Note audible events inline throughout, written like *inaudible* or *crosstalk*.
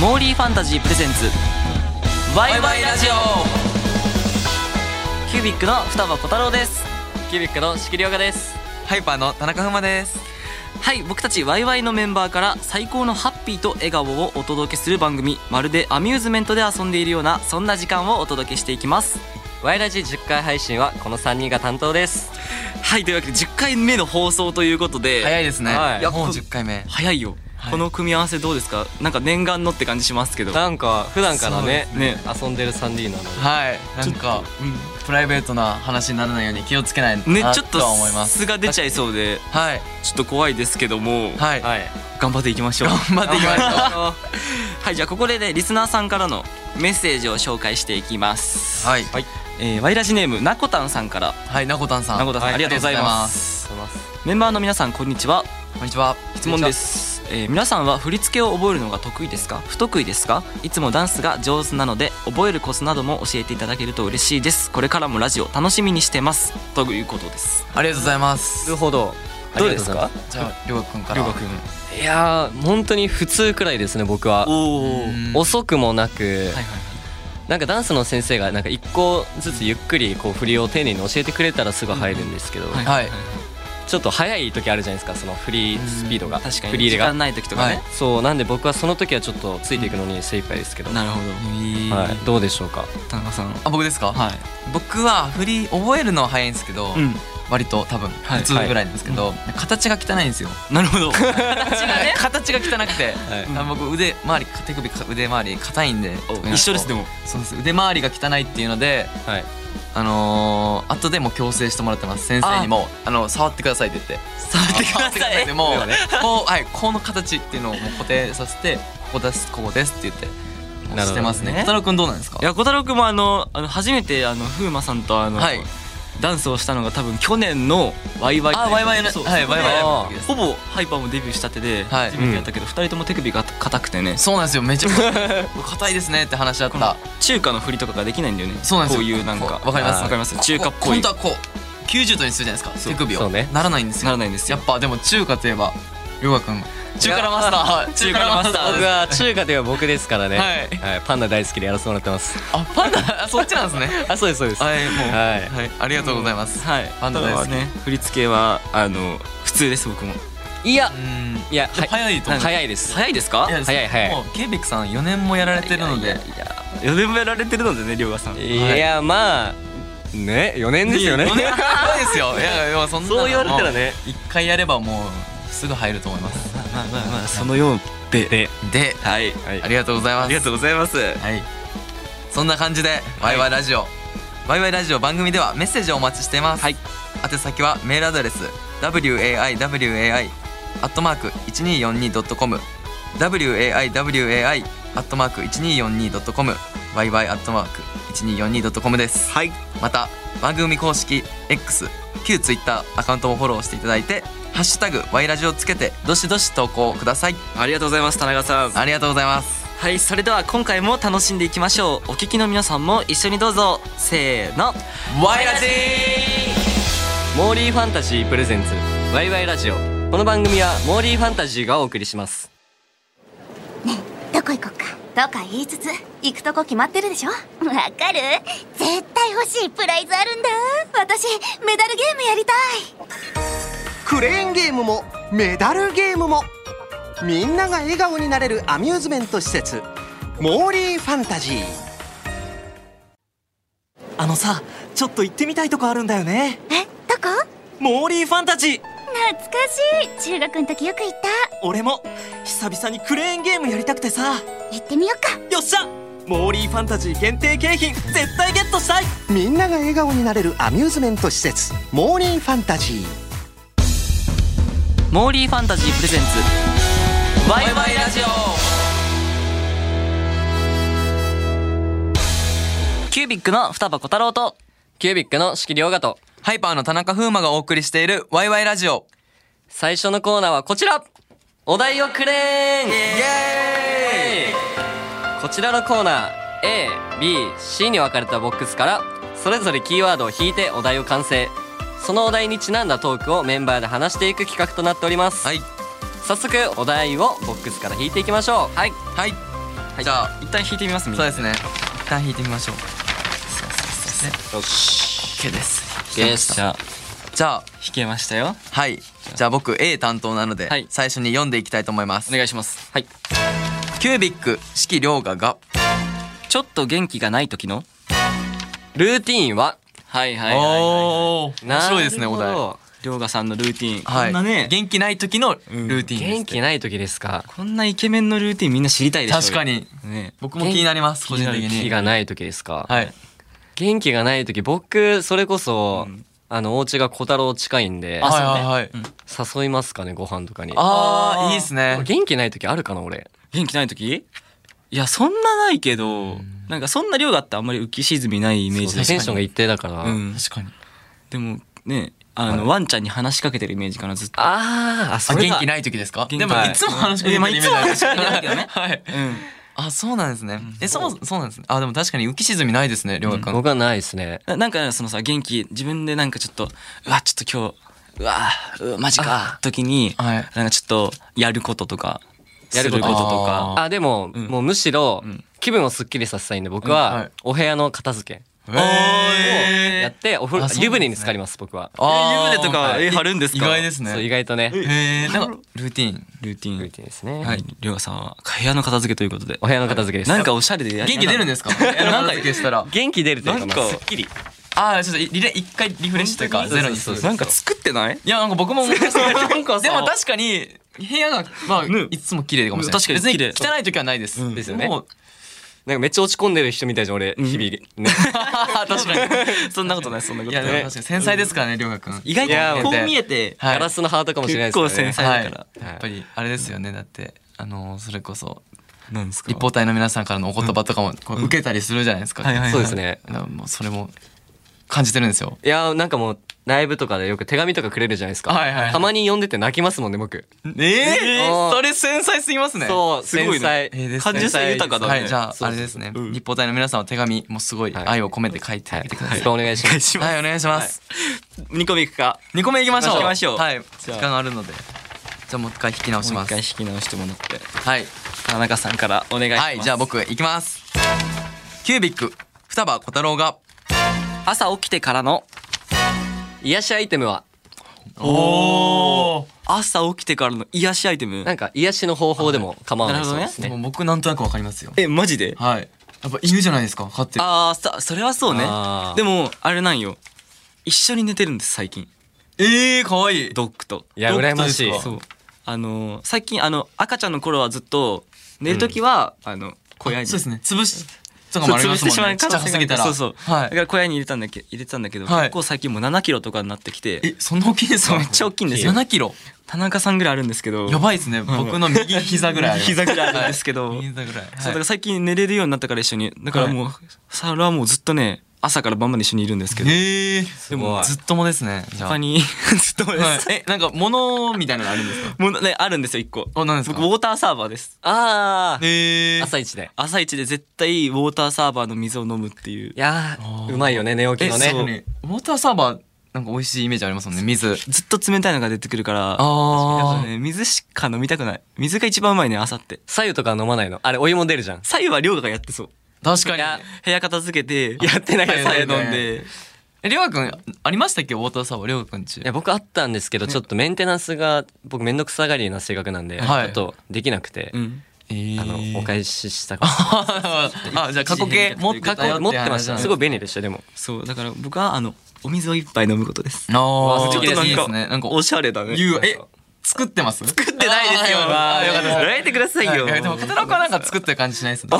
モーリーファンタジープレゼンツワイワイラジオキュービックの双葉小太郎ですキュービックの仕切り岡ですハイパーの田中ふまですはい僕たちワイワイのメンバーから最高のハッピーと笑顔をお届けする番組まるでアミューズメントで遊んでいるようなそんな時間をお届けしていきますワイラジ10回配信はこの3人が担当ですはいというわけで10回目の放送ということで早いですね、、はいいやもう10回目早いよ、この組み合わせどうですかなんか念願のって感じしますけどなんか普段からねそうです遊んでる 3D なのではいなんかプライベートな話にならないように気をつけないとねなちょっとは思います素が出ちゃいそうではいちょっと怖いですけども、はい、はい *laughs* 頑張っていきましょう頑張っていきましょうょはいじゃあここでねリスナーさんからのメッセージを紹介していきます、 *laughs* はいはいえーワイラジネームなこたんさんからはいなこたんさんなこたんさん、はいありがとうございまありがとうございますうございますメンバーの皆さんこんにちはこんにちは質問です、えー皆さんは振り付けを覚えるのが得意ですか不得意ですかいつもダンスが上手なので覚えるコツなども教えていただけると嬉しいですこれからもラジオ楽しみにしてますということですありがとうございまなするほどどうですかじゃありょうくんからりょうがくんいやー本当に普通くらいですね僕はおおうはいん遅くもなくはいなんかダンスの先生がなんか一個ずつゆっくりこう振りを丁寧に教えてくれたらすぐ入るんですけど、はいはいちょっと早い時あるじゃないですかその振りスピードが確か振にり入時れが間ない時とかね、そうなんで僕はその時はちょっとついていくのに精一杯ですけど、なるほいいはい、どうでしょうかど田中さんあ僕ですか、はい僕は振り覚えるのは早いんですけど、うん割と多分はい普通ぐらいなんですけど、形が汚いんですよなるほ *laughs* ど *laughs* 形が汚くて、はいあ僕腕周り手首腕周り硬いんで一緒ですでもそうです腕周りが汚いっていうのではいあのー、後でも矯正してもらってます先生にもあの触ってくださいって言って触ってくださいってもうこうはいこの形っていうのをもう固定させてここですここですって言ってもうなるほどしてますねね小太郎くんどうなんですかいや小太郎君もあのあの初めてあの風磨さんとあの、はいダンスをしたのが多分去年のワイワイあワイワイのそうはいそこワでイワイの時ですほぼハイパーもデビューしたてではい初めてやったけど、二人とも手首が硬くてねそうなんですよめち *laughs* ゃくちゃ硬いですねって話し合った中華の振りとかができないんだよねそうなんですよこういうなんかこうわかりますあーわかります中華っぽ本い当はこう90度にするじゃないですか手首そをうねならないんですならよないんですやよっぱでも中華といえばヨガくん中華のマスター中華のマスター僕は中華では僕ですからね、はいパンダ大好きでやらせてもらってますあパンダあそっちなんですねあそうですそうですはいもうはいはいありがとうございますはいパンダ大好たきだね振り付けはあの普通です僕もいやうんいやはい早いと思う早いです早いですかいや早い早いもうケイビックさん4年もやられてるのいやでいや4年もやられてるのでねりょうがさんいやまあね4年ですよね4年 *laughs* *laughs* そうですよいやいやそんなそう言われたらね1回やればもうすぐ入ると思いますまあまあまあそのようででではいはいありがとうございますありがとうございますはい。そんな感じで、ワイワイラジオ。ワイワイラジオ番組ではメッセージをお待ちしています。はい宛先はメールアドレス、waiwai、アットマーク 1242.com、waiwai、アットマーク 1242.com、yy アットマーク 1242.com です。はいまた、番組公式 X、旧 Twitter アカウントもフォローしていただいて、ハッシュタグワイラジオつけて、どしどし投稿ください。ありがとうございます田中さんありがとうございます。はいそれでは今回も楽しんでいきましょうお聞きの皆さんも一緒にどうぞせーのワイラジモーリーファンタジープレゼンツワイワイラジオこの番組はモーリーファンタジーがお送りしますどこ行こっかとか言いつつ行くとこ決まってるでしょわかる絶対欲しいプライズあるんだ私メダルゲームやりたいクレーンゲームもメダルゲームもみんなが笑顔になれるアミューズメント施設モーリーファンタジーあのさちょっと行ってみたいとこあるんだよねえどこモーリーファンタジー懐かしい中学の時よく行った俺も久々にクレーンゲームやりたくてさ行ってみよっかよっしゃモーリーファンタジー限定景品絶対ゲットしたいみんなが笑顔になれるアミューズメント施設モーリーファンタジーモーリーファンタジープレゼンツワイワイラジオキュービックの双葉小太郎とキュービックの四季良賀とハイパーの田中風磨がお送りしているワイワイラジオ。最初のコーナーはこちらお題をくれーんイエこちらのコーナー A、B、C に分かれたボックスからそれぞれキーワードを引いてお題を完成そのお題にちなんだトークをメンバーで話していく企画となっております、はい。早速お題をボックスから引いていきましょうはいはい。はい、じゃあ一旦引いてみますみんそなうですね一旦引いてみましょうよし OK ですゲスじゃあじゃあ引けましたよはいじゃあ僕 A 担当なので、はい最初に読んでいきたいと思いますお願いしますはいキュービック式涼河がちょっと元気がない時のルーティーンははいはいはいはいおお面白いですねおな題るほど涼河さんのルーティーン、はこいんなね元気ない時のルーティンですね、元気ない時ですかこんなイケメンのルーティンみんな知りたいでしょうよ確かにね僕も気になります個人的元気にがない時ですか、はい元気がない時僕それこそ、うんあのお家が小太郎近いんではいはいはい誘いますかねご飯とかにあーいいですね元気ない時あるかな俺元気ない時いやそんなないけどなんかそんな涼河ってあんまり浮き沈みないイメージそうだしテンションが一定だから、うん確かにでもねあの、ワンちゃんに話しかけてるイメージかなずっとあーああそれ元が気ない時ですか元気でもはいいつも話しかけてるイメージあいるやまあいつも話しかけてないけどね *laughs* はいうんあそうなんですねえそうそうなんですねあでも確かに浮き沈みないですね涼河君僕はないですねななんかそのさ元気自分でなんかちょっとうわちょっと今日うわうわマジか時に、はいなんかちょっとやることとかやることすとかあでも、うんもうむしろ、ん気分をすっきりさせたいんで僕うんははいお部屋の片付けをやえっーてお風あそうなんです呂ね湯船に浸かります僕はあー湯船とかはいえ貼るんですか意外ですそう意ね外とねえーなんかルーティンルーティルーンティンですね、はいりょうがさんは部屋の片付けということでお部屋の片付けですなんかおしゃれでや元気出るんでですかなんかしたら元気出るというかなんかまあすっきりああちょっとリレ一回リフレッシュというかゼロにするなんか作ってないいやなんか僕も思 *laughs* いましたなんかさでも確かに部屋がまあねいつも綺麗かもしれない確かに綺麗別に汚い時はないですんですよねもうなんかめっちゃ落ち込んでる人みたいじゃん俺日々ね、確かに *laughs* そんなことないそんなこいとやないでも確かに繊細ですからね涼河くん意いや外とこもうう見えてはいガラスのハートかもしれないで結す構から繊細ねはだいからやっぱりあれですよねだってあのそれこそなんですか立方体の皆さんからのお言葉とかもこう受けたりするじゃないですかはいはいはいそうですねだからもうそれも感じてるんですよいやなんかもうライブとかでよく手紙とかくれるじゃないですか、はいはいはいたまに読んでて泣きますもんね僕ええーそれ繊細すぎますねそうすごいね繊細、えーです感ね受性豊かだねはいじゃそあうあれですねうん立方体の皆さんは手紙もすごいはい愛を込めて書いてあはげいてくださいよろしくお願いしまはすいお願いします2個目いくか二個目行きましょう。行きましょうはい。じ時ゃあ間あるので。じゃあもう一回引き直しもうま一す。回引き直してもらってはい。田中さんからお願いしますはい。じゃあ僕行きます。キュービック双葉小太郎が。朝起きてからの癒しアイテムはおお。朝起きてからの癒しアイテムなんか癒しの方法でも構わなないるほそどうねですねでも僕なんとなくわかりますよ。えマジではい。やっぱ犬じゃないですか。飼ってる。ああさそれはそうねあーでもあれなんよ一緒に寝てるんです最近ええ可愛い。ドッグといやドクター羨ましいですかそうあのー最近あの赤ちゃんの頃はずっと寝る時は、あの小屋にそうですね。潰しとそかうもありま潰すしてもしまんうね。かちっちもゃしれすなぎいたら。そうそう、はだかい。ら小屋に入れたんだけ入れてたんだけど、はい結構最近もう7キロとかになってきてえそんな大きいんですか。めっちゃ大きいんですよ7キロ。田中さんぐらいあるんですけどやばいですね。僕の右膝ぐらいあります。 *laughs* 膝ぐらいあるんですけどはい膝ぐらい。そうだかはらい最近寝れるようになったから一緒にだからもう、サラはもうずっとね朝から晩まで一緒にいるんですけどええ。でもごいずっともですね。じゃあ他にずっとです、はい、えなんか物みたいなのあるんですかもうねあるんですよ一個お何ですか僕ウォーターサーバーですあーえ朝一で朝一で絶対ウォーターサーバーの水を飲むっていういやあーーうまいよね寝起きのえそうねねウォーターサーバーなんか美味しいイメージありますもんね水ずっと冷たいのが出てくるからあーやっぱね水しか飲みたくない水が一番うまいね朝って左右とか飲まないのあれお湯も出るじゃん左右は涼河がやってそう確かに部屋片付けてやってない左よ右ね飲んでえりょうくんありましたっけウォーターサーバーりょうくんちいや僕あったんですけどちょっとメンテナンスが僕めんどくさがりな性格なんで、はいちょっとできなくて、うんえーあのお返しした *laughs* かあじゃあ過去形持って過たよ去って持ってましたすごい便利でしたよでもそうだから僕はあのお水を一杯飲むことですあわあち素ょっ敵とでなんかいいすねですねなんかおしゃれだねゆうえ作ってます作っ作ってないですよあーよかったですやめてくださいよでも片岡なんか作ってる感じしないですね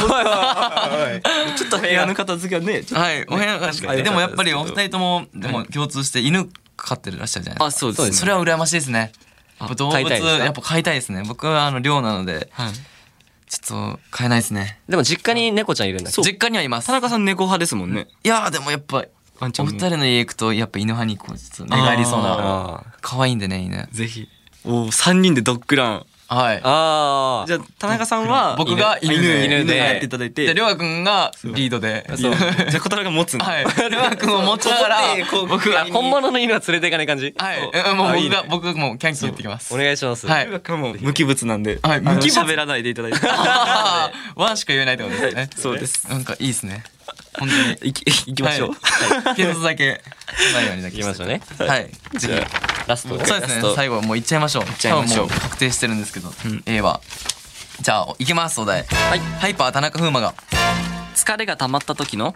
ちょっと部屋の片付けはねちょっはいお部屋がかにでもやっぱりお二人ともでも共通して犬飼ってるらっしゃるじゃないですとあそかうですそうねですそれは羨ましいですね。やっぱ動物飼いたいですかやっぱ飼いたいですね。僕はあの寮なので、はいちょっと飼えないですね。でも実家に猫ちゃんいるんだけど実家にはいます。田中さん猫派ですもんねいやーでもやっぱワンちゃおん二も人の家行くとやっぱ犬派にこうちょっと寝返りそうあなあ可愛いんでね犬。ぜひおお3人でドッグランはいああじゃあ田中さんは僕が犬犬犬ででやっていただいてでりょうくんがリードでそうじゃあ小太郎が持つんだはいりょうくんを持ちながらここでこう僕がこ本物の犬は連れていかない感じはいそうえもうあいい僕ねが僕がもうキャンキャン言ってきますお願いしますはい *laughs* 小 *laughs* 太郎がもう無機物なんではいあの無機物喋らないでいただい *laughs* てあーワンしか言えないってことですねそうですなんかいいですね本当にいきいきましょうはい一つだけないようにだけ行きましょうねはいじゃラスそトうですラスねト最後もういっちゃいましょういっちゃいましょう確定してるんですけど A はじゃあいきますお題はいハイパー田中風磨があ疲れが溜まった時の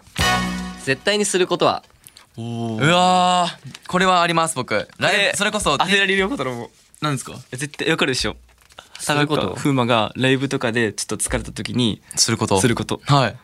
絶対にすることはうわーこれはあります僕ライえブそれこそ当てられるよ小太郎も何ですか絶対わかるでしょ田ういうこと中風磨がライブとかでちょっと疲れた時にすることすることはい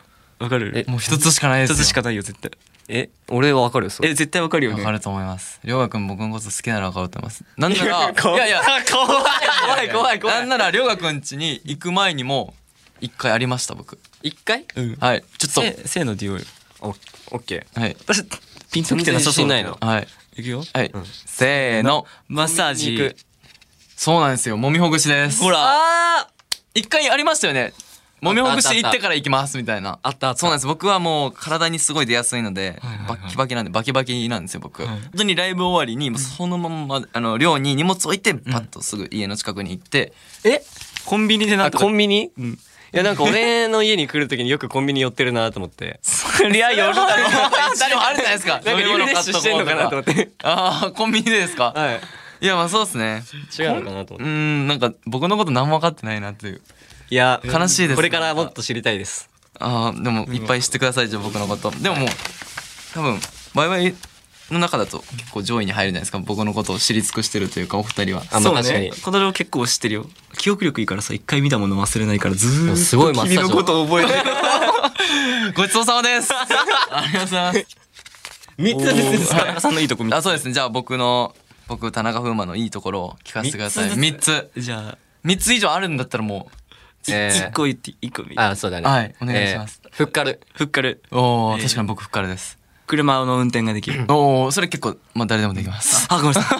わかるえもう一つしかないです一よつしかないよ絶対え俺はわかるよそれえ絶対わかるよわねかると思いますりょうがくん僕のこと好きならわかると思いますなんならかわいや *laughs* いや怖い怖い怖い怖いなんならりょうがくん家に行く前にも一回ありました僕一回はいちょっせせーので言おうよおオッケーはい私ピンときてなさそうだけど全然自信ないはいいくよはい、せーのマッサージそうなんですよもみほぐしですほらあ一回ありましたよねもみほぐし行ってから行きますみたいなあったあったそうなんです僕はもう体にすごい出やすいので、いはいはいバッキバキなんでバキバキなんですよ僕、い本当にライブ終わりにもうそのまんまあの寮に荷物置いてパッとすぐ家の近くに行 *laughs* って、えコンビニでなんあかコンビニうんいやなんか俺の家に来るときによくコンビニ寄ってるなと思っていや寄るだろ *laughs* 誰もあるじゃないです *laughs* かなんかリフレッシュしてんのかなと思って *laughs* ああコンビニでですか、はいい、やまあそうですね違うのかなとうー思ってんなんか僕のこと何も分かってないなっていういや悲しいですこれからもっと知りたいですああでもいっぱい知ってくださいじゃあ僕のことでももう多分ワイワイの中だと結構上位に入るじゃないですか僕のことを知り尽くしてるというかお二人はあまあ確かに小太郎結構知ってるよ記憶力いいからさ一回見たもの忘れないからずーっとすごいマッサージ君のことを覚えてるごちそうさまですありがとうございます *laughs* 三つです田中さんのいいとこ見あそうですねじゃあ僕の僕田中風磨のいいところを聞かせてください三3つじゃあ3つ以上あるんだったらもいえー一個言って一個見あそうだうねはいお願いします、えーふっかるふっかるおお、えー確かに僕ふっからです車の運転ができる *laughs* おおそれ結構まあ誰でもできます *laughs* あごめんなさ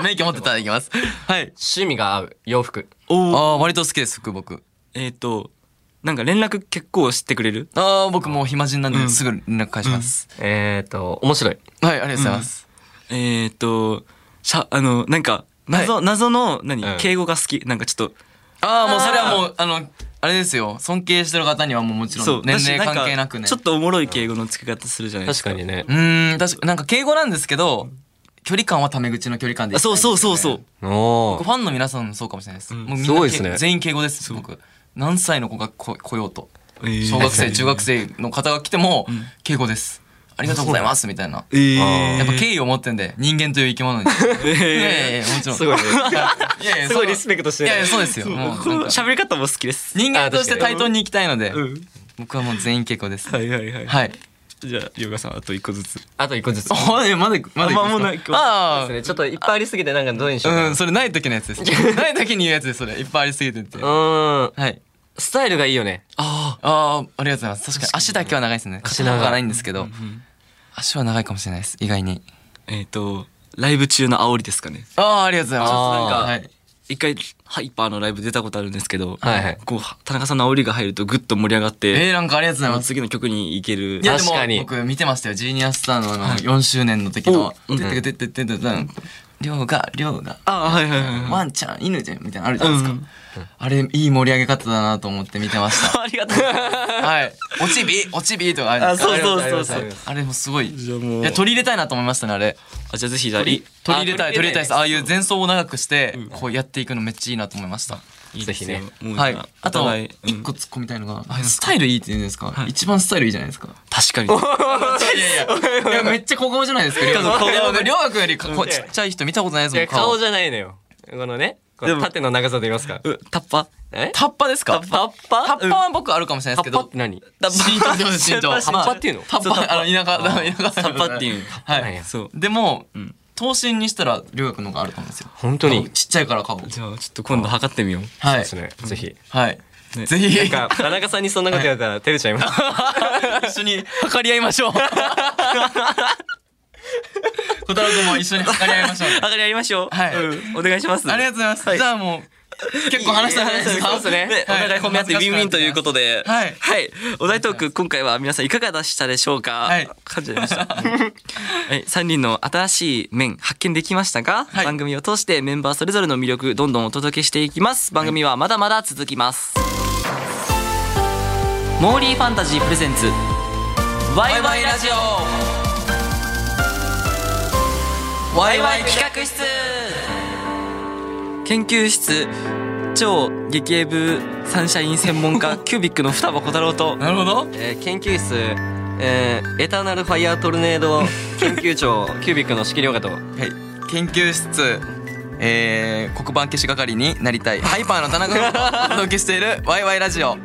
い免許持ってたらできますはい趣味が合う洋服あおおあー割と好きです服僕えっとなんか連絡結構してくれるああ僕もう暇人なんですぐ連絡返します、えっと面白いはいありがとうございます、えっとしゃあのなんか謎謎の何うん敬語が好きなんかちょっとああもうそれはもうあのあれですよ尊敬してる方にはもうもちろん年齢だし関係なくんかねちょっとおもろい敬語の付け方するじゃないです確かかにねうーん確かなんか敬語なんですけど距離感はタメ口の距離感でいきたいそんうですよそうねそうそうお僕ーファンの皆さんもそうかもしれないです、もうみんなすごいですね全員敬語です僕何歳の子がこ来ようとえー小学生中学生の方が来ても敬語ですありがとうございますみたいなえーあやっぱ敬意を持ってんで人間という生き物にいやい *laughs* やいやもちろんすごいねい *laughs* やいやすごいリスペクトしているやいやそうですよもうなんこの *laughs* か喋り方も好きです人間として対等に行きたいので、うん僕はもう全員敬語です。はいはいはいはい。じゃあヨガさんあと一個ずつあと一個ずつあ、 *laughs* えまだまだあもう行くんなでいすかあそうですねちょっといっぱいありすぎてなんかどうにしようあ、かうん、それない時のやつです。 *laughs* ない時に言うやつです。それいっぱいありすぎてて。なはうーんい。スタイルがいいよねああー、ありがとうございます。確かに足だけは長いですね。足足長い長がないんですけど、足は長いかもしれないです。意外に。えっとライブ中の煽りですかねああ、ありがとうございます。あはい。一回ハイパーのライブ出たことあるんですけどはいはいこう田中さんの煽りが入るとグッと盛り上がってえー、なんかありがとうございあのます。次の曲に行けるいやで確かにも僕見てましたよ。ジーニアスターのあの4周年の時の、おうてんっててててててん、りょうが、りょうが、あはいはいはいはいワンちゃん、犬じゃんみたいなのあるじゃないですか。あれ、いい盛り上げ方だなと思って見てました。ありがとう *laughs* はい。おちびおちびとかあるんですそうそうそうそうあれあれもすごい。いじゃあもうや、取り入れたいなと思いましたね、あれ。あじゃあぜひじゃあい取り入れたい、あ取り入れたいです。ああいう取前奏を長くして、こうやっていくのめっちゃいいなと思いました。いいぜでひすねねもうはい今。あおと、互いうん一個突っ込みたいのが、スタイルいいって言うんですかい一番スタイルいいじゃないですか。確かにあいやいやいや、めっちゃ小顔じゃないですか、りょう小顔がりょうがくんよりかこうちっちゃい人見たことないですいもん、や顔じゃないのよこのねこの縦の長さと言いますかうタッパえタッパですかタッパタッパは僕あるかもしれないタですけッパっどて。何タ身長ってことです身長。タッパっていうのタッパ、あの、田舎、田舎。タッパっていうはなんやい。そうでも、ん頭身にしたらりょうやくんの方があると思うんですよ本当にちっちゃいから顔じゃあちょっと今度測ってみようはでいすねぜひはい、ねぜひなんか田中さんにそんなことやったら照れちゃいます一緒に測り合いましょう小太郎君も一緒に測り合いましょう上がりやりましょうは *laughs* いうんお願いしますありがとうございます、じゃあもう結構話した話そうしいうたことですね。おはい互い褒め合ってウィンウィンということで。はいはい。お題トーク、今回は皆さんいかがでしたでしょうかはい感じました。はい。3人の新しい面発見できましたかはい番組を通してメンバーそれぞれの魅力、どんどんお届けしていきます。番組はまだまだ続きます。モーリーファンタジープレゼンツ、ワイワイラジオワイワイ企画室研究室超激エブサンシャイン専門 *laughs* *laughs* 家キュービックの双葉小太郎となるほどえー研究室、えーエターナルファイアートルネー *laughs* ド研究長キュービックの仕切り岡とはい、研究室、えー、黒板消し係になりたいハイパーの田中がお届けして *laughs* いるワイワイラジオ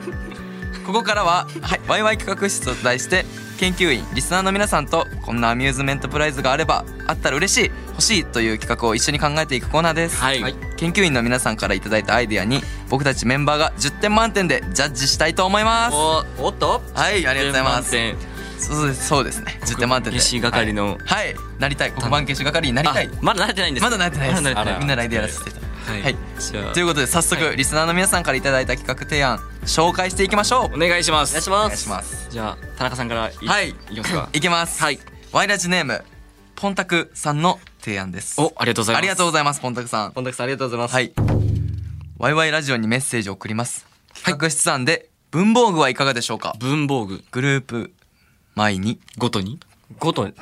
ここからは、はい、ワイワイ企画室と題して研究員リスナーの皆さんとこんなアミューズメントプライズがあればあったら嬉しい欲しいという企画を一緒に考えていくコーナーです、はい研究員の皆さんからいただいたアイデアに僕たちメンバーが10点満点でジャッジしたいと思いますおおっとはいありがとうございます10満そうですそうですね10点満点で消し係のはい、はいなりたい黒板消し係になり点たいあまだ慣れてないんですまだなってないです。まだ慣れてみんなのアイデアやらせていただいはい、はいじゃあた。ということで早速、リスナーの皆さんからいただいた企画提案紹介していきましょう。お願いしますお願いしおま願いすします。じゃあ田中さんからいはいいきます *laughs* かいきます。はい。ワイラジネームポンタクさんの提案です。おありがとうございますありがとうございますポンタクさん。本田さんありがとうございます、はい。ワイワイラジオにメッセージを送ります。企画室案で文房具はいかがでしょうか。文房具グループ前にごとにごとに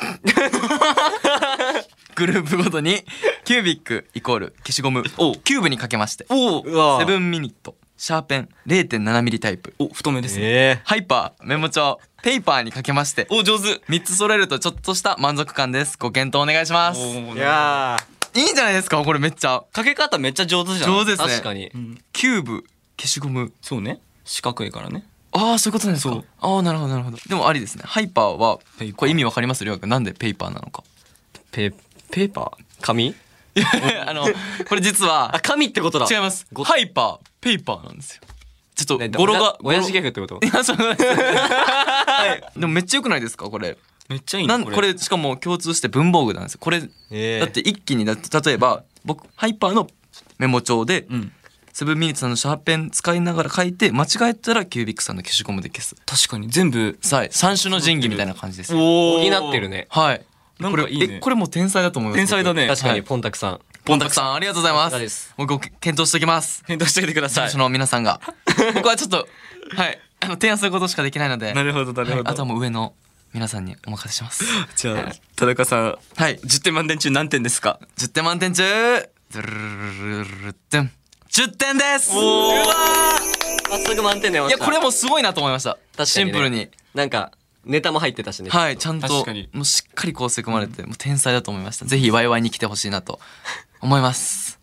グループごとにキュービックイコール消しゴムおキューブにかけましておうわセブンミニットシャーペン0.7ミリタイプお太めですね、えハイパー、メモ帳、ペーパーにかけまして、お上手3つ揃えるとちょっとした満足感です。ご検討お願いします。いー、いやいんじゃないですかこれめっちゃ。かけ方めっちゃ上手じゃん上手でーすね。確かに、キューブ、消しゴム。そうね四角いからねああ、そういうことなんですか。ああ、なるほど、なるほど。でもありですね。ハイパーはペーパー、これ意味わかりますりょうくん。なんでペーパーなのか。ペペーパー紙あの、これ実はあ、紙ってことだ違います。ハイパー、ペーパーなんですよ。ちょっねと、語呂が、親父ギャグってこといや、そうなんです。はい。でもめっちゃ良くないですかこれ。めっちゃいいねなんこれしかも共通して文房具なんですよこれ、ええだって一気にだ例えば僕ハイパーのメモ帳で、んセブンミニッツさんのシャーペン使いながら書いて間違えたらキュービックさんの消しゴムで消す確かに全部さあ三種の神器みたいな感じですお補ってるねはいなんこかれいいねえこれもう天才だと思います天才だね確かはにいポンタクさんポンタクさんありがとうございますさすがですもうご検討しておきます返答してきてくださいその皆さん *laughs* が僕はちょっとはいあの提案することしかできないのでなるほどなるはほいど、あとはもう上の皆さんにお任せしますじゃあ田中さんはい10点満点中何点です *laughs* か10点満点中ドゥルルルルルルン10点ですおー早速満点出まいしやたこれもすごいなと思いました確かにねシンプルになんかネタも入ってたしねはいちゃん確とかにもうしっかり構成組まれてもう天才だと思いましたぜひワイワイに来てほしいなと思います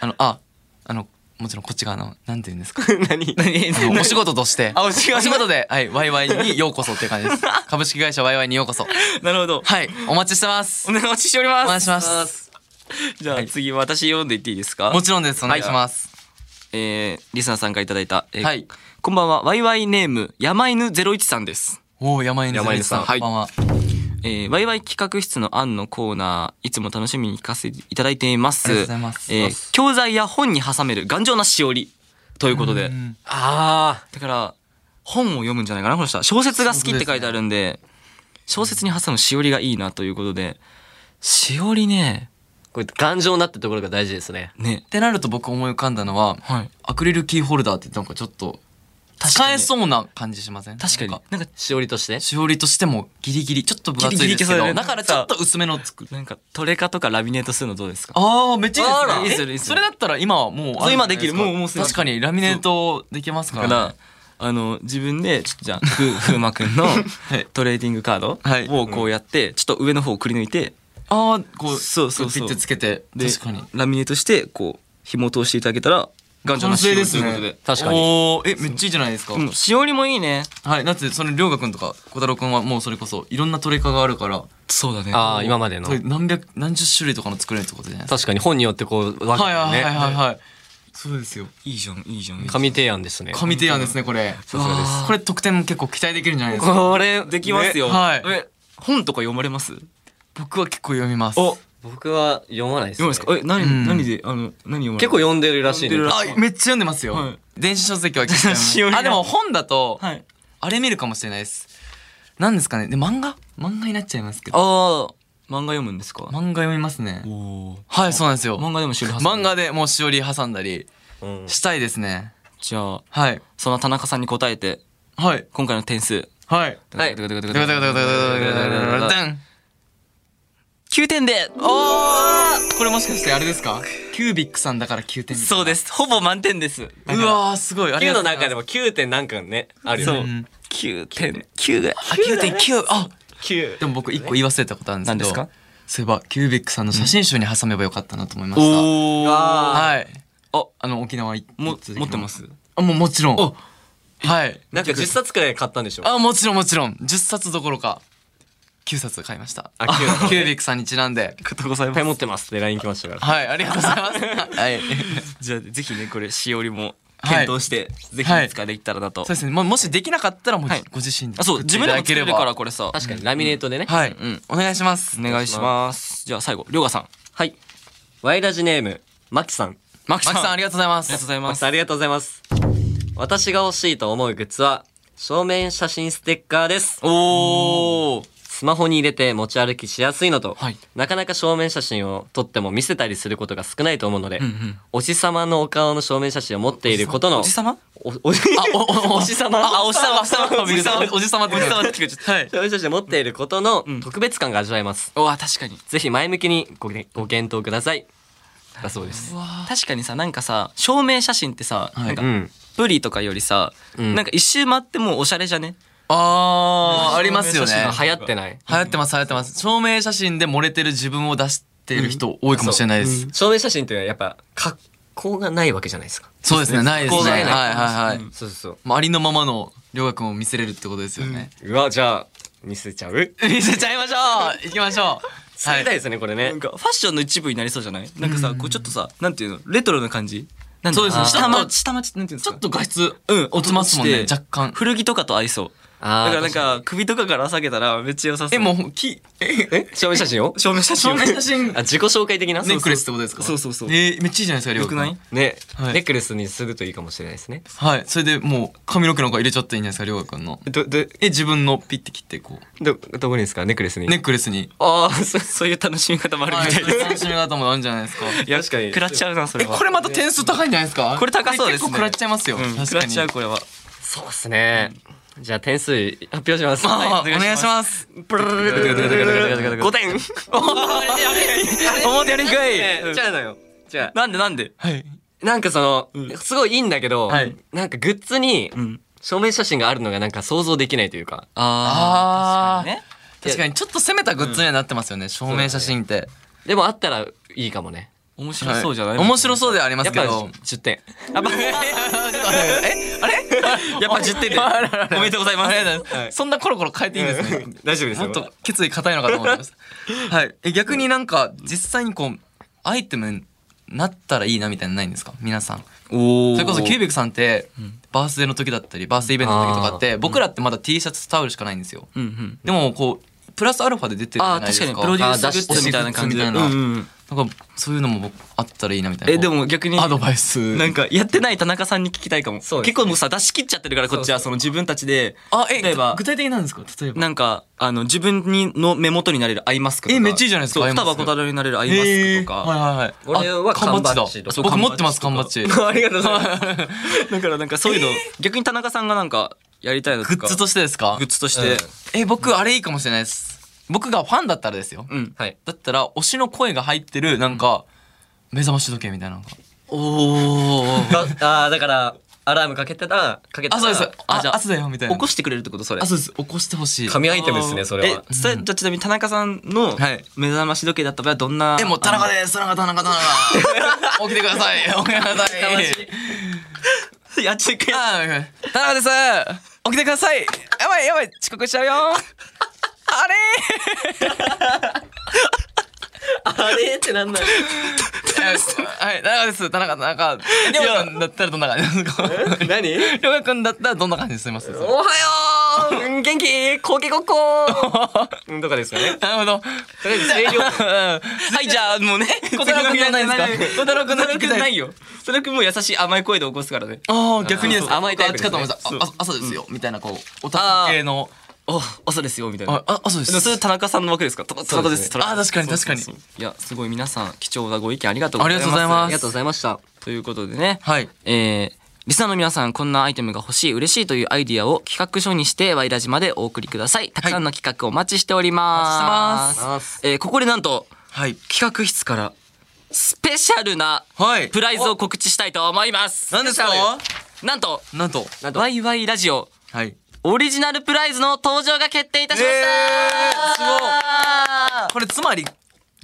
あのああのもちろんこっち側のなんて言う *laughs* んですか何あのお仕事としてあおお仕事仕事ではいワイワイにようこそっていう感じです株式会社ワイワイにようこそなるほどはいお待ちしてますお願いしておりお願まいすしますじゃあ次私読んでいっていいですかもちろんですお願いしますえー、リスナーさんからいただいた、えーはいこんばんはワイワイネーム山犬ゼロ一さんですおお山犬山犬さんこんばんはえー、ワイワイ企画室の案のコーナーいつも楽しみに聞かせていただいていますありがとうございますえー教材や本に挟める頑丈なしおりということでんあだから本を読むんじゃないかなこの人は小説が好きって書いてあるんで小説に挟むしおりがいいなということでしおりねーこれ頑丈なってところが大事ですねねってなると僕思い浮かんだのは、はいアクリルキーホルダーってなんかちょっと使えそうな感じしません確かになんなんかしおりとしてしおりとしてもギリギリちょっと分厚いですけギリギリ消されどるだからちょっと薄めの作るなんかトレカとかラミネートするのどうですかああめっちゃあらいいいいでですすよいいでねえすよそれだったら今はもうそう今できるあじゃなもういもうですすぐか確かにラミネートできますかだかららねあの自分でちょっとじゃあふ風磨くんのいトレーディングカードはいをこうやってちょっと上の方をくり抜いてああこうそうそうそうこピッてつけてで確かにラミネートしてこう紐を通していただけたら頑丈な完しお成りですということでね確かにおーえめっちゃいいじゃないですかうんしおりもいいねはいだってその涼河くんとか小太郎くんはもうそれこそいろんなトレカがあるからそうだねああ今までのそれ何百何十種類とかの作れるってことじゃないですか確かに本によってこう分けてね、はいはいはいはいはいそうですよいいじゃんいいじゃん紙提案ですね神提案ですねこれさすがでわすあこれ得点も結構期待できるんじゃないですかこれできますよ、ねはいえ本とか読まれます僕は結構読みますお僕は読まないです、読まないですかえ何、うね。ん何であの何読まない結構読んでるらしいね読んでるらあめっちゃ読んでますよ、はい電子書籍は結構しおり読むがあでも本だと、はいあれ見るかもしれないです何ですかねで漫画漫画になっちゃいますけあどあ漫画読むんですか漫画読みますねおおはいそうなんですよ漫画でも知るはず漫画でもうしおり挟んだりうんしたいですねじゃあはいその田中さんに答えてはい今回の点数はいはい9点でこれもしかしてあれですかキュービックさんだから9点そうですほぼ満点ですうわーすごいあり9がとのうございます中でも 9. 点何かねあるよそね。ううん9点9ぐらいあ9.9あ9でも僕一個言い忘れたことあるんです何けどですかそういえばキュービックさんの写真集に挟めばよかったなと思いましたおあはいああの沖縄行っても持って *laughs* ますあもうもちろんおはいなんか10冊くらい買ったんでしょあもちろんもちろん10冊どころか9冊買いましたあ9 *laughs* 冊キュービックさんにちなんでありがとうございいっぱい持ってますって LINE 来ましたから。はいありがとうございますはいじゃあぜひねこれしおりもはい検討して、ぜはひいいつかできたらなと、そうですね、まあ、もしできなかったらもうはいご自身であそう作っ自て分いたでもだ作けれれるからばこれさ確かにラミネートでね。はい、うんお願いしますお願いしますじゃあ最後りょうがさんはい。ワイラジネーム、マキさん。マキさマんキさんありがとうございますありがとうございマまキすさんありがとうございます。私が欲しいと思うグッズは、正面写真ステッカーです。おースマホに入れて持ち歩きしやすいのと、はいなかなか正面写真を撮っても見せたりすることが少ないと思うので、んうんおじさまのお顔の正面写真を持っていることの、おじさまおおじおじさまあおじさまおじさまおじさまおじさまっておじさまってはい正面写真を持っていることの特別感が味わえます。うわ確かにぜひ前向きにごけご検討ください。だそうです。確かにさなんかさ証明写真ってさ、はいなんかうん。プリとかよりさ、んなんか一周回ってもうおしゃれじゃねあーありますよね証明写真が流行ってない。流行ってます流行ってます証明写真で漏れてる自分を出してる人多いかもしれないです、証明写真ってやっぱ格好がないわけじゃないですか。そうですねないですねこうはないいはいはい、うんそうそうまあ、ありのままのりょうがくんを見せれるってことですよね、そう。うわ、じゃあ、見せちゃう見せちゃいましょう行きましょう作りたいですね、こ *laughs* れなねん。かファッションの一部になりそうじゃないなんかさこうちょっとさなんていうのレトロな感じなんだろそうですね下ちょっと町下町なんていうんですちかょっと画質うん落ちますもんね落ちて若干古着とかと合いそうだあーからなんか首とかから下げたらめっちゃ良さそうえもうきえ証明写真を証明写真証を明写 *laughs* 真あ、自己紹介的なネックレスってことですかそうそうそうえーめっちゃいいじゃないですかりょようくがくんないね、はいネックレスにするといいかもしれないですね。はいそれでもう髪の毛なんか入れちゃっていいんじゃないですかりょうがくんのど、ど、え自分のピッて切ってこうど、どこにですかネックレスに。ネックレスにああ、そうそういう楽しみ方もあるはいみたいうそいうで楽しみ方もあるんじゃないですかいや確かに食らっちゃうなそれえはこれまた点数高いんじゃないですかこれ高そうですね結構食らっちゃいますよ、うん確食らかっにちゃうこれはそうですね。じゃあ点数発表します。ああお *laughs* はいお願願いいしします5点表やりにくえいじゃあなよ。じゃあ、なんでなんではいなんかその、すごいいいんだけど、はいなんかグッズにん証明写真があるのがなんか想像できないというか。あー確かあーにね確かにちょっと攻めたグッズにはなってますよね、照明写真って、でもあったらいいかもね。面白そうじゃない面白そううではありますやっけぱど10点。やっぱ *laughs* えあれ *laughs* やっぱ10点でおめでとうございますそんなコロコロ変えていいんですね *laughs* 大丈夫ですもっよ。と決意硬いのかと思いま *laughs* したはいえ逆になんか実際にこうアイテムになったらいいなみたいなのないんですか皆さんおそれこそキュー秒ビックさんってバースデーの時だったりバースデーイベントの時とかって僕らってまだ T シャツタオルしかないんですようんうんでもこうプラスアルファで出てるじあゃあないで確すかかにプロデュースグあッズみたいな感じみたいうんな,、うんうんなんかそういうのも僕あったらいいなみたいなえでも逆にアドバイス *laughs* なんかやってない田中さんに聞きたいかもそうですね結構もうさ出し切っちゃってるからこっちはその自分たちであえ例えば具体的なんですか例えばなんかあの自分にの目元になれるアイマスクとかえめっちゃいいじゃないですかそうアイマ双スク葉小太郎になれるアイマスえクとはかいはいはい俺はあ缶バッ缶ジバッだジとか僕持ってます缶バ *laughs* ッジありがとうございます。 *laughs* だからなんかそういうの逆に田中さんがなんかやりたいのグとかッズとしてですかグッズとしてえ僕あれいいかもしれないです僕がファンだったらですよ、うんはい。だったら推しの声が入ってるなんか目覚まし時計みたいなのがおおああ、だから、アラームかけたら、かけたあら。そうですああじじゃゃああ朝だよみたいな起こしてくれるってことそれあそうです起こしてほしい紙アイテムですね、それは。えそれじゃあちなみに田中さんのはい目覚まし時計だった場合はどんなえもう田中です田中田中田中起きてください起きてくださいあ *laughs* やっちゃいけないあー田中です起きてくださいやばいやばい遅刻しちゃうよあれあれってなんだよ。はい、田中です。田中、田中。りょうがくんだったらどんな感じですか何りょうがくんだったらどんな感じですみません。おはよう *laughs* ん元気コケコッコー *laughs* うんとかですかね。なるほど。とりあえず声量。はい、じゃあ、 *laughs* もうね、小太郎くんじゃないですか。小 *laughs* 太郎くん、小太郎くんないよ。小太郎くんも優しい甘い声で起こすからね。 *laughs* ああ、逆にですか。甘いタイプですねあ違ったごめんなさいあ朝ですよ、みたいな、こう、オタあーク系の。お、朝ですよ、みたいな。あ、あ朝ででもそれす。田中さんの枠ですか。た田中です。そうですね田中あ確かに確かにそうそうそういや、すごい皆さん、貴重なご意見ありがとうございます。ありがとうございますありがとうございました。ということでね、はい。えー、リスナーの皆さん、こんなアイテムが欲しい、嬉しいというアイディアを企画書にして、ワイラジまでお送りください。たくさんの企画お待ちしております。お待ちしてますえーここでなんと、はい。企画室から、スペシャルなはい。プライズを告知したいと思います。なんですかなんと、なんと。なんとワイワイラジオ、はい。オリジナルプライズの登場が決定いたしました、えーすごいこれつまり、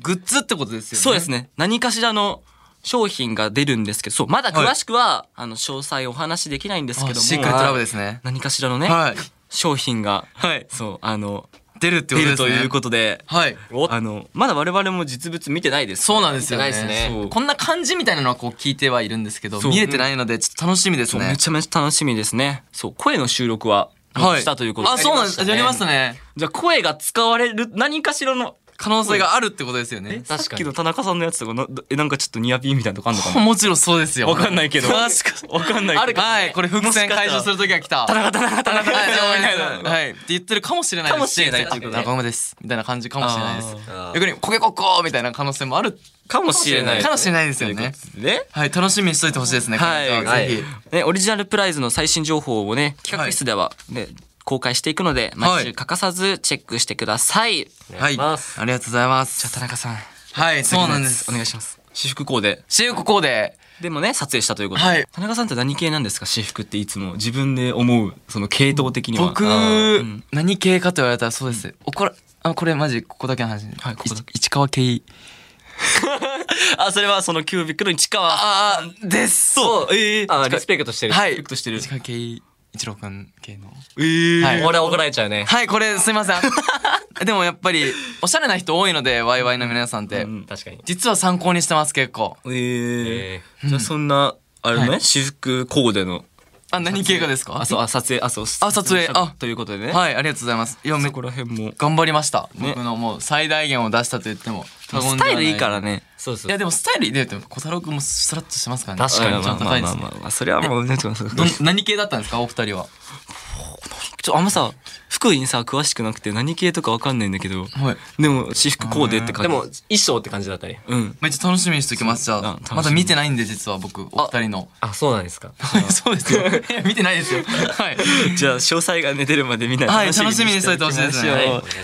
グッズってことですよね。そうですね。何かしらの商品が出るんですけど、そう、まだ詳しくは、あの、詳細お話しできないんですあ。けども、シークレットラブですね。何かしらのね、はい。商品が、はいそう、あの、出るってこ出るとですとね。いうことで、はい。あの、まだ我々も実物見てないです。そうなんですよね。見てないですねそうこんな感じみたいなのはこう聞いてはいるんですけど、そう見えてないので、ちょっと楽しみですそうねめ。ちゃめちゃ楽しみですね。そう、声の収録は、したということで。あ、そうなんです。やりましたね。ね。じゃあ声が使われる、何かしらの、可能性があるってことですよね。さっ確かきにの田中さんのやつとかな、えなんかちょっとニアピンみたいなとこあんのかなもちろんそうですよ。わかんないけど。確かわかんないけど。あるかはい、これ伏線解消するときが来た。田中田中田中はい田中みたいなはいはい、って言ってるかもしれないですかしもしれないっていうことね中村です。みたいな感じかもしれないですあー。逆に、こけこっこーみたいな可能性もある。かもしれない。かもしれないですよね。ね。はい、楽しみにしといてほしいですね。はい、これぜひ。ね、オリジナルプライズの最新情報をね、企画室では、ね、公開していくので、毎週欠かさずチェックしてください。おは願い、いしますありがとうございます。田中さん、はい、そうなんですお。願いします。私服コーデ。私服コーデ。でもね、撮影したということで。はい田中さんって何系なんですか私服っていつも自分で思う、その系統的には。僕、何系かと言われたらそうです。怒ら、あ、これマジ、ここだけの話。はいここだけい市川系。 *laughs* あ、それはそのキュービックの市川。ああ、です。そう、ええあー、リスペクトしてる。はい。リスペクトしてる市川系、一郎くん系の。ええはい俺は怒られちゃうね。はい、これすい *laughs* ません。でもやっぱり、おしゃれな人多いので、ワイワイの皆さんって。うん確かに。実は参考にしてます、結構。えええじゃあそんな、あれね、は私服コーデの。あ、何系がですかあ、そう、あ、撮影、あ、そう、あ撮影あということでね。はい、ありがとうございます。いや、めそこら辺も。頑張りました。ね僕のもう最大限を出したと言っても過言スではタない。イルいいからね。そうそういや、。でもスタイルいいで、でも小太郎くんもスラッとしてますからね。確かにあちょっと高いですねまあまあまあまあ、それはもう、なんていうか、そうどん何系だったんですか、お二人は。ちょ、あんまさ、服にさ、詳しくなくて何系とかわかんないんだけど、はい。でも、私服コーデって感じ。でも、、衣装って感じだったね。うん。めっちゃ楽しみにしておきます、じうんゃ楽しあ。みまだ見てないんで、実は僕、お二人の。あ、そうなんですか。はい *laughs* そうです *laughs* よ。いや見てないですよ。はい。じゃあ、詳細がね、出るまで見ないはいおきまょう楽しみにしといてほしいですね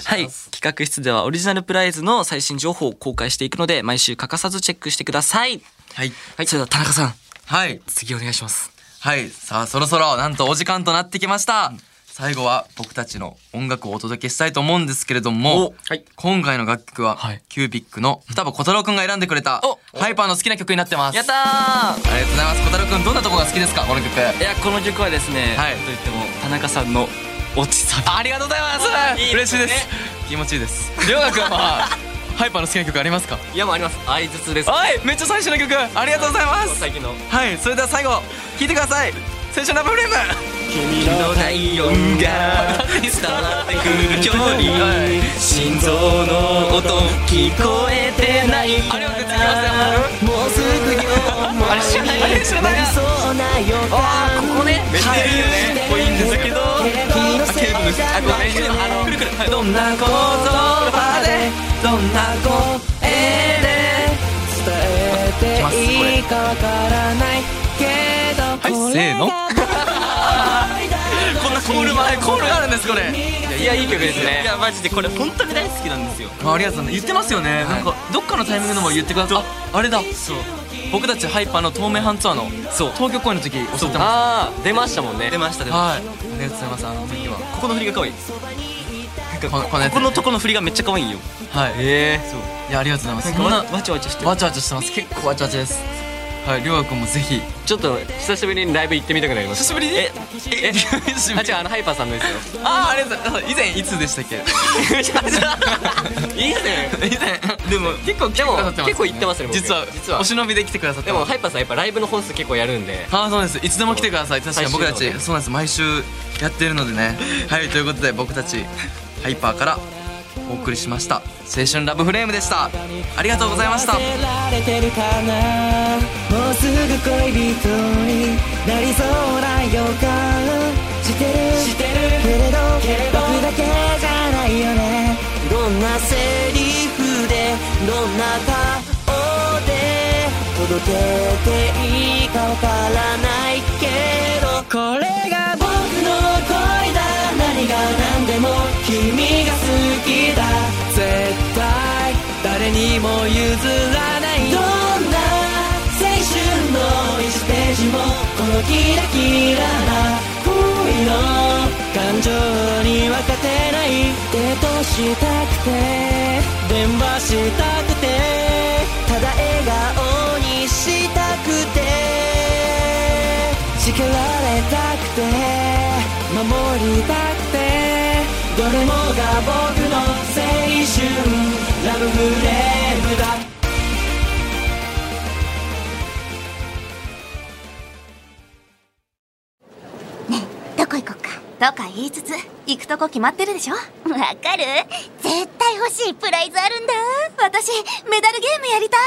はい。企画室ではオリジナルプライズの最新情報を公開していくので、毎週欠かさずチェックしてください。はい。はい。それでは、田中さん、はい。次お願いします。はい。さあ、そろそろ、なんとお時間となってきました。最後は僕たちの音楽をお届けしたいと思うんですけれども、今回の楽曲は、はいキュービックの双葉小太郎くんが選んでくれたお、ハイパーの好きな曲になってます。やったーありがとうございます。小太郎くん、どんなとこが好きですかこの曲。いやこの曲はですね、はいといっても田中さんの落ちさありがとうございますいいで嬉すしいねです。気持ちいいです。りょうがくん *laughs* は、ハイパーの好きな曲ありますかいや、もうあります。相槌です。はいめっちゃ最初の曲ありがとうございます最近の。はい、それでは最後、聴いてください青春ラブフレーム君の体温が伝わってくる距離心臓の音聞こえてないあれは次はもうすぐよあれ知らないあれ知らないそうな予感あーここね知ってるよねぽいんですけどあケーブルですあごめんでもあのくるくるはいどんな言葉でどんな声で伝えていいかわからないけどはい、せーの *laughs* こんなコールもあるコールあるんですこれいやいい曲ですねいやマジでこれ本当に大好きなんですよありがとうございます言ってますよね、なんかどっかのタイミングでも言ってくださいああれだそう僕たちハイパーの透明版ツアーのそう東京公演の時おっしゃってまあー、出ましたもんね。出ましたし出たましはいありがとうございますあの時はたここの振りが可愛いこのこのやここつのとこの振りがめっちゃ可愛いよはいええいやありがとうございますこんわなわちゃわちゃしてるわちゃわちゃしてます結構わちゃわちゃですはいりょうやくんもぜひちょっと久しぶりにライブ行ってみたくなりましたぶりにええ久しぶあり違うあのハイパーさんのですよあーあれだ以前いつでしたっけいいっすね以前でも結構来てくださってますよね結構行ってますね僕実は実はお忍びで来てくださってでまもすハイパーさんやっぱライブの本数結構やるんでああそうですいつでも来てください確かに僕たち最終のそうなんです毎週やってるので *laughs* ねはいということで僕たちハイパーからお送りしました青春ラブフレームでしたありがとうございました「られてるかなもうすぐ恋人になりそうな予感してるけれど僕だけじゃないよねどんなセリフでどんな顔で届けていいかわからないけどこれが僕の恋だ何が何でも君が好きだ絶対誰にも譲らないどんな青春の1ページもこのキラキラな恋の感情には勝てないデートしたくて電話したくてただ笑顔にしたくて叱られたくて守りたくてどれもが僕の青春ラブフレームだどこ行こっかとか言いつつ行くとこ決まってるでしょわかる絶対欲しいプライズあるんだ私メダルゲームやりたい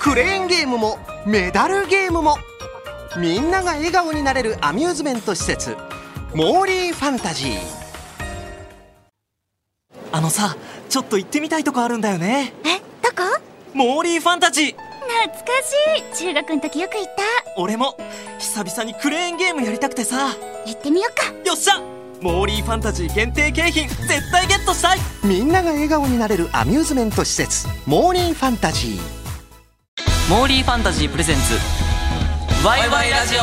クレーンゲームもメダルゲームもみんなが笑顔になれるアミューズメント施設モーリーファンタジーあのさちょっと行ってみたいとこあるんだよねえどこモーリーファンタジー懐かしい中学の時よく行っ俺も久々にクレーンゲームやりたくてさた行ってみよっかよっしゃモーリーファンタジー限定景品絶対ゲットしたいみんなが笑顔になれるアミューズメント施設モーリーファンタジーモーリーファンタジープレゼンツワイワイラジオ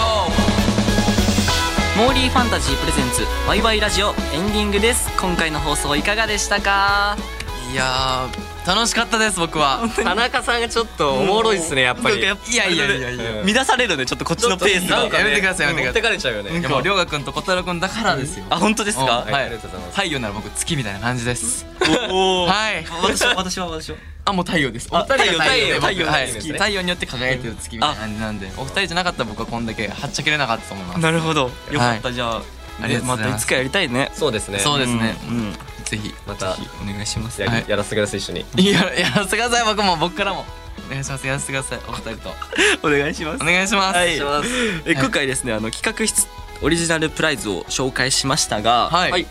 モーリーファンタジープレゼンツワイワイラジオエンディングです今回の放送いかがでしたかいやー楽しかったです僕は田中さんがちょっとおもろいっすねやっぱりいやいやいやいやいやうん乱されるねちょっとこっちのペースながんかねやめてくださいやめてください持ってかれちゃうよねいやもうりょうがくんと小太郎くんだからですよあ本当ですかうんははいいありがとうございます太陽なら僕月みたいな感じですおおはい私は私は私はあもう太陽ですおあ二人が太太陽陽太はい陽ですね太陽によって輝いてる月みたいな感じなんでお二人じゃなかったら僕はこんだけはっちゃけれなかったと思いますなるほどよかった、じゃあありがとうございねたますいつかやりたいねそうですねそうですねうんうんぜひまたぜひお願いしますやはりいやらせてください一緒にいややらせてください僕も僕からもお願いしますやらせてくださいお二人とお願いしますお願いしますはいお願いしますえ今回ですねあの企画室オリジナルプライズを紹介しましたが、はい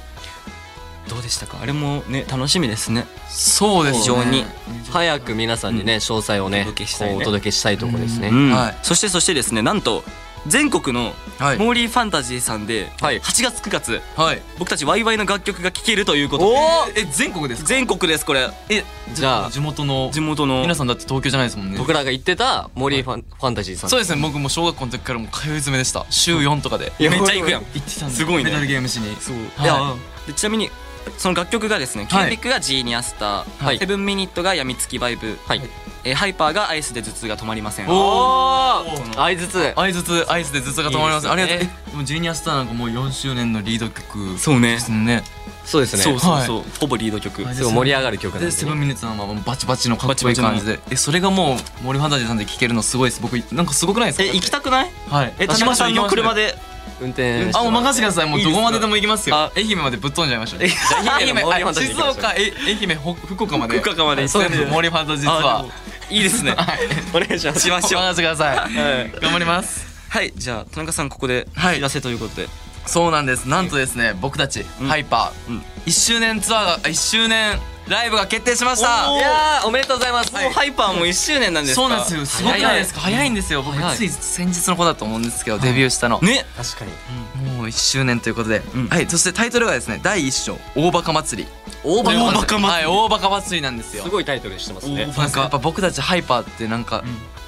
どうでしたかあれもね楽しみですねそうですね非常に早く皆さんにね詳細をおね届けしたいねこうお届けしたいところですねうんはいそしてそしてですねなんと全国のはいモーリーファンタジーさんではい8月9月はい僕たちワイワイの楽曲が聴けるということでおーえ全国ですか全国ですこれえじゃあ地元の地元の皆さんだって東京じゃないですもんね僕らが言ってたモリーファンファンタジーさんそうですね僕も小学校の時からもう通い詰めでした週4とかでいやめっちゃ行くやん行ってたんですごいねメダルゲームしにそう、はいいやでちなみにその楽曲がですね、はいキュービックがジーニアスター、はいセブンミニットが病みつきバイブ、はいえーハイパーがアイスで頭痛が止まりませんおー相づつ相づつ合図で頭痛が止まりますありがとういいですねえでもジュニアスターなんかもう4周年のリード曲そうねですねそうですねそうそうそう、ほぼリード曲はいすごい盛り上がる曲なんでですセねブンミニッツのままバチバチのかっこいバチバいチの感じでえそれがもう森ファンタジーさんで聴けるのすごいです僕なんかすごくないですかえ行きたくないはいえ田中さんの車で運転あもう任せてくださいもうどこまででも行きますよあ愛媛までぶっ飛んじゃいましょうえ *laughs* 愛媛の森ファンタジー静岡え愛媛ほ福岡まで福岡まで行って全部森ファンタジーツアあいい *laughs* ですねーはいお願いしますしましょう任せてくださいはい頑張りますはいじゃあ田中さんここではい知らせということで、そうなんですなんとですね僕たちうんハイパうんー1周年ツアーが1周年ライブが決定しましおーたいやーおめでとうございますもうハイパーも1周年なんですかそうなんですよすごくないですか早いんですよ僕早いつい先日の子だと思うんですけどデビューしたのね確かにもう1周年ということで、うんはいそしてタイトルがですね第1章大バカ祭り大バカ祭りはい大バカ祭りなんですよすごいタイトルしてますねなんかやっぱ僕たちハイパーってなんか、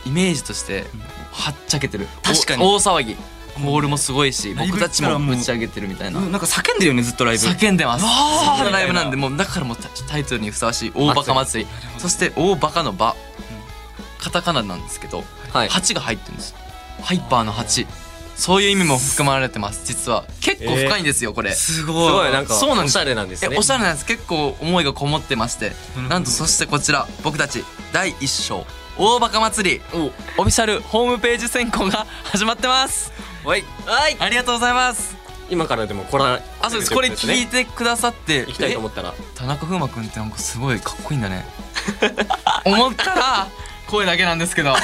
イメージとしてはっちゃけてる確かにお大騒ぎホールもすごいしライブ僕たちもぶち上げてるみたいなうんなんか叫んでるよねずっとライブ叫んでますわーそんなライブなんでもうだからもうタタイトルにふさわしい大バカ祭りそして大バカの場カタカナなんですけど、はい8が入ってるんですハイパーの8そういう意味も含まれてます実は結構深いんですよこれ、すすごごいいなんかそうなんおですしゃれなんですねえおしゃれなんです結構思いがこもってましてなんとそしてこちら僕たち第1章大バカ祭りオフィシャルホームページ選考が始まってますおいはいありがとうございます今からでも来らあそうですこれ来聞いててくださって行きたいと思ったらえ田中風磨君ってなんかすごいかっこいいんだね *laughs* 思ったら声だけなんですけど、はい、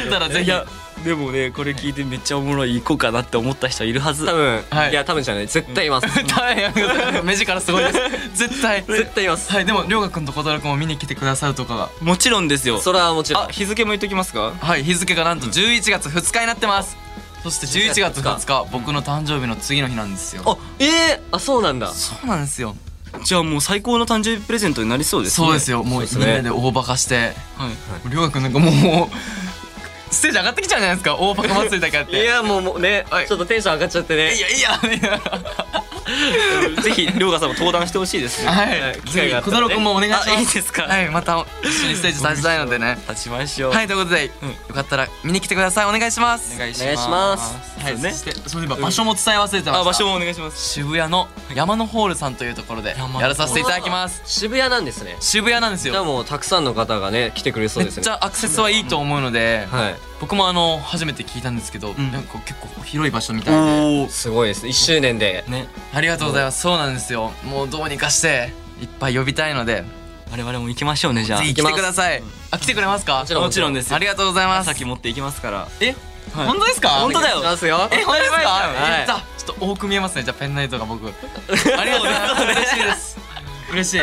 思ったらぜいひやでもねこれ聞いてめっちゃおもろい行こうかなって思った人いるはず多分、、はいいや多分じゃない絶対います、 *laughs* 大変やめてください目力すごい *laughs* です絶対絶対いますはいでも涼河君と小太郎君も見に来てくださるとかがもちろんですよそれはもちろんあ日付も言っときますかはい日付がなんと11月2日になってますそして11月2日僕の誕生日の次の日なんですよあええあそうなんだそうなんですよじゃあもう最高の誕生日プレゼントになりそうですねそうですよもうそうですみんねなで大バカしてはい涼河君なんかもうもうステージ上がってきちゃうじゃないですか大バカ祭りだけやっいてやもうもうね、はいちょっとテンション上がっちゃってねいやいやいやぜひ涼河さんも登壇してほしいですねはい機会次があった小ら太郎ね君もお願いしますあいいですかはいまた一緒にステージ立ちたいのでね立ちましょうはいということでうんよかったら見に来てくださいお願いしますお願いしお願いしまますすはい、そうねそしてそういえば場所も伝え忘れてました、あ場所もお願いします渋谷の山のホールさんというところで山のやらさせていただきます渋谷なんですね渋谷なんですじゃあよもうたくさんの方がね来てくれそうめっですねちゃアクセスはいいと思うので、はい僕もあの初めて聞いたんですけど、んなんか結構広い場所みたいですごいです1周年でねありがとうございますそうなんですよもうどうにかしていっぱい呼びたいので我々も行きましょうねじゃあぜひ来行きまてすくださいあ来てくれますかもちろんもちろんですよありがとうございます先持っていきますからえ、本当ですか本当だよ行きますよえ本当ですか、はいやったちょっと多く見えますねじゃあペンライトが *laughs* 僕ありがとうございます嬉しいです嬉しい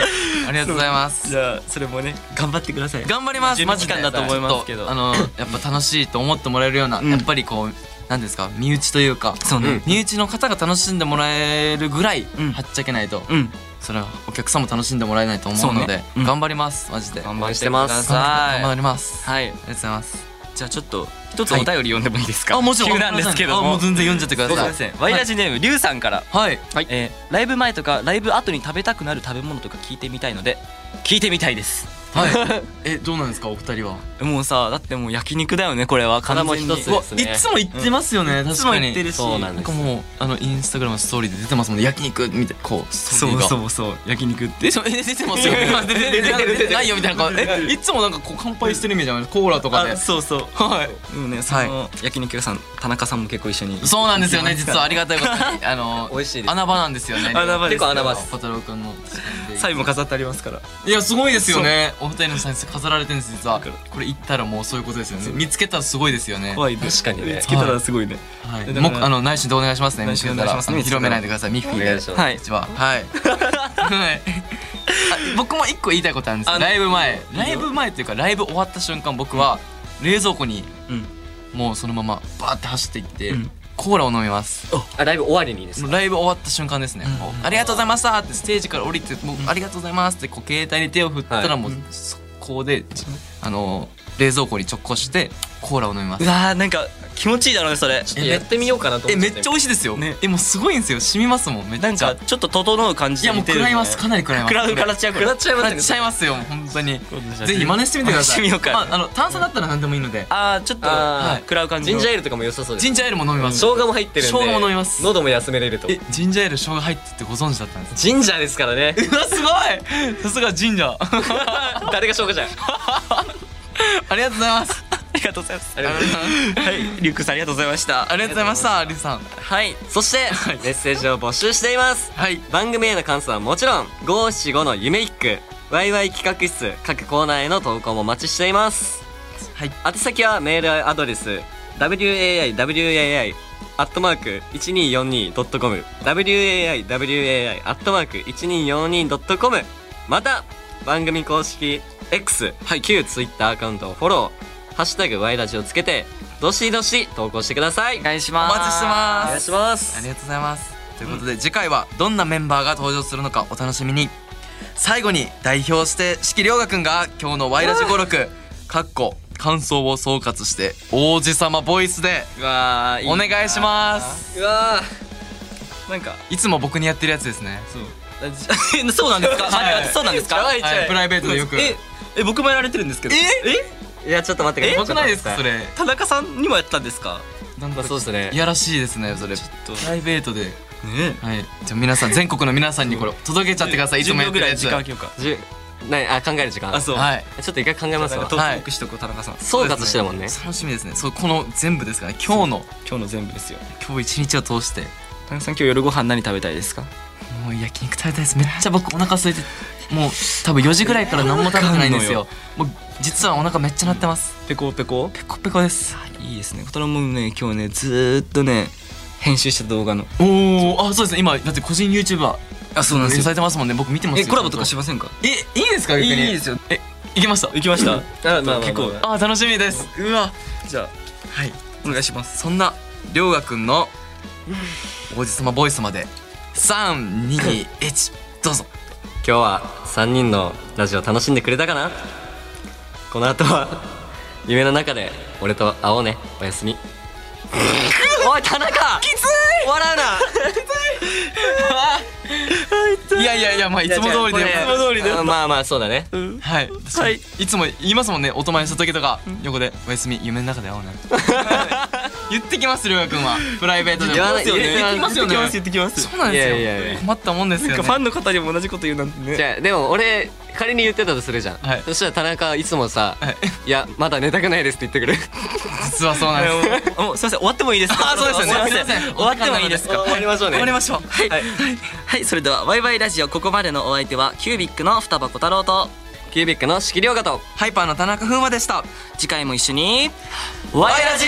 ありがとうございますじゃあそれもね頑張ってください頑張ります準マ備ジ期で間だと思いますけどちょっとあのやっぱ楽しいと思ってもらえるような、んやっぱりこうなんですか身内というかそうね身内の方が楽しんでもらえるぐらい、うんはっちゃけないと、うんそれはお客さんも楽しんでもらえないと思うそのでうねうん頑張りますマジで頑張張っっててくだくだささ頑い張りますあはいりがとうございますじゃあちょっと一つお便り読んでもいいですか、急なんですけどあももう全然読んじゃってくすいだまさせいんワイラジネームリュウさんからはいはい、えーライブ前とかライブ後に食べたくなる食べ物とか聞いてみたいので聞いてみたいです *laughs* はいえどうなんですかお二人はもうさだってもう焼肉だよねこれは完全にこれも一つそうですうねわいつも言ってますよね、い確つもかに言ってるしそうなんなんですかもうあのインスタグラムのストーリーで出てますもんね焼肉みたいなこうストーそリーうがそうそう焼肉ってえ、そう、え、出てますよ。今出てる、出てる、出てないよみたいな顔。え、いつもなんかこう乾杯してるイメージある、 *laughs* コーラとかであ。そうそうはい。でもねその焼肉屋さん田中さんも結構一緒にそうなんですよね、実はありがたいことに、あの、美味しいです穴場なんですよね。穴場です結構穴場です小太郎くんの近くで。サイも飾ってありますからいや、すごいですよね。お二人のサイズ飾られてるんです、実は。これ行ったら、もうそういうことですよね。見つけたら、すごいですよね。怖いね確かにね見つけたらすごいねはだい。からも、あの、内緒でお願いしますね。見内つ緒でけお願たいしら、ますあの広めないでください、ミックお願いしますはい一番 *laughs* はい。はい。あ僕も一個言いたいことあるんですよ。あのライブ前、ライブ前というかライブ終わった瞬間僕は冷蔵庫にうんもうそのままバーって走っていってうんコーラを飲みます。あライブ終わりにですもねうライブ終わった瞬間ですね。もうありがとうございましたってステージから降りてもうありがとうございますってこう携帯に手を振ったはらもう速攻であの冷蔵庫に直行してコーラを飲みますう。わーなんか気持ちいいだろうねそれちょっとやってみようかなと思えってめっちゃ美味しいですよね。えもうすごいんですよ。染みますもん。めっちなんゃか。ちょっと整う感いじやでもう似てる食よらねいます。かなり食らいます。食らうからちゃう食らっちゃいまなすっねちゃいますよ本当にとぜひ真似してみてくださ真似しいてみようかまあ、あの炭酸だったら何でもいいのであーちょっとあー食らう感じジンのジャーエールとかも良さそうですジンジャーエールも飲みます生姜も入ってるんで生姜も飲みます喉も休めれるとえジンジャーエール生姜入ってってご存知だったん *laughs* ですジンジャーですから *laughs* ねうわす *laughs* ごいさすがジン *laughs* ジャー誰が生姜じゃんありがとうございますありがとうございますありがとうございますはいリュックさんありがとうございましたありがとうございましたリスさんはいそしてメッセージを募集していますはい番組への感想はもちろん575の夢一句ワイワイ企画室各コーナーへの投稿もお待ちしていますはい宛先はメールアドレス waiwai アットマーク 1242.com waiwai アットマーク 1242.com また番組公式 X、はい、旧 Twitter アカウントをフォロー「ハッシュタグワイラジ」をつけてどしどし投稿してくださいお願いしますお待ちしてますお願いしますありがとうございますということで次回はどんなメンバーが登場するのかお楽しみに最後に代表して四季涼河くんが今日の「ワイラジ語録」かっこ感想を総括して王子様ボイスでうわーいいお願いしますうわなんかいつも僕にやってるやつですねそう *laughs* そうなんですか、はいあそうなんですかちょいちょいはいプライベートでよくええ僕もやられてるんですけどえいやちょっと待ってえくだ僕さいないですかそれ田中さんにもやったんですかなんだそうですねいやらしいですねそれプとライベートでねはいじゃあ皆さん全国の皆さんにこれ届けちゃってくださいいつ10もや秒ってぐるらいやつ時間空けようかじゅなにあ考える時間あそうはいちょっと一回考えますなんわかトークトークしとこう田中さん総括してたもんね楽しみですねそうこの全部ですからね今日の今日の全部ですよ今日一日を通して田中さん今日夜ご飯何食べたいですかもう焼肉食べたいですめっちゃ僕お腹空いてもう多分4時ぐらいから何も食べてないんですよもう実はお腹めっちゃ鳴ってますペコペコペコペコですいいですねこれもね今日ねずーっとね編集した動画のおおあそうですね今だって個人 YouTuber あそうなんですよされてますもんね僕見てますえよコラボとかしませんかえいいんですかい逆にいですよえ行きました行きましたあまあまあまあ結構あ楽しみですうわじゃはいあお願いしますそんな涼く君の王子様ボイスまで321どうぞ今日は3人のラジオ楽しんでくれたかなこの後は *laughs* 夢の中で俺と会おうねおやすみ *laughs* おい田中きつい笑うないやいやいやまあいつも通りでいつも通りでまあまあそうだねはい、はい、いつも言いますもんねお泊まりした時とか、横で「おやすみ夢の中で会おうね」言ってきますりょうやくんはプライベートでも言わない言ってきますよね言ってきますそうなんですよいやいやいや困ったもんですよなんねかファンの方にも同じこと言うなんてねじゃあでも俺仮に言ってたとするじゃん、はいそしたら田中いつもさはい「いやまだ寝たくないです」って言ってくる *laughs* 実はそうなん *laughs* ですあもうすいません終わってもいいですかあそうですよねいませんすいません終わってもいいですか終わりましょうね終わりましょうはいはい、はい、それではワイワイラジオここまでのお相手はキュービックの双葉小太郎とキュービックの式量型とハイパーの田中風磨でした次回も一緒にワイラジ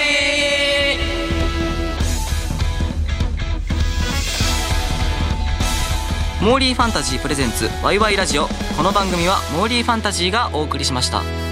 モーリーファンタジープレゼンツワイワイラジオこの番組はモーリーファンタジーがお送りしました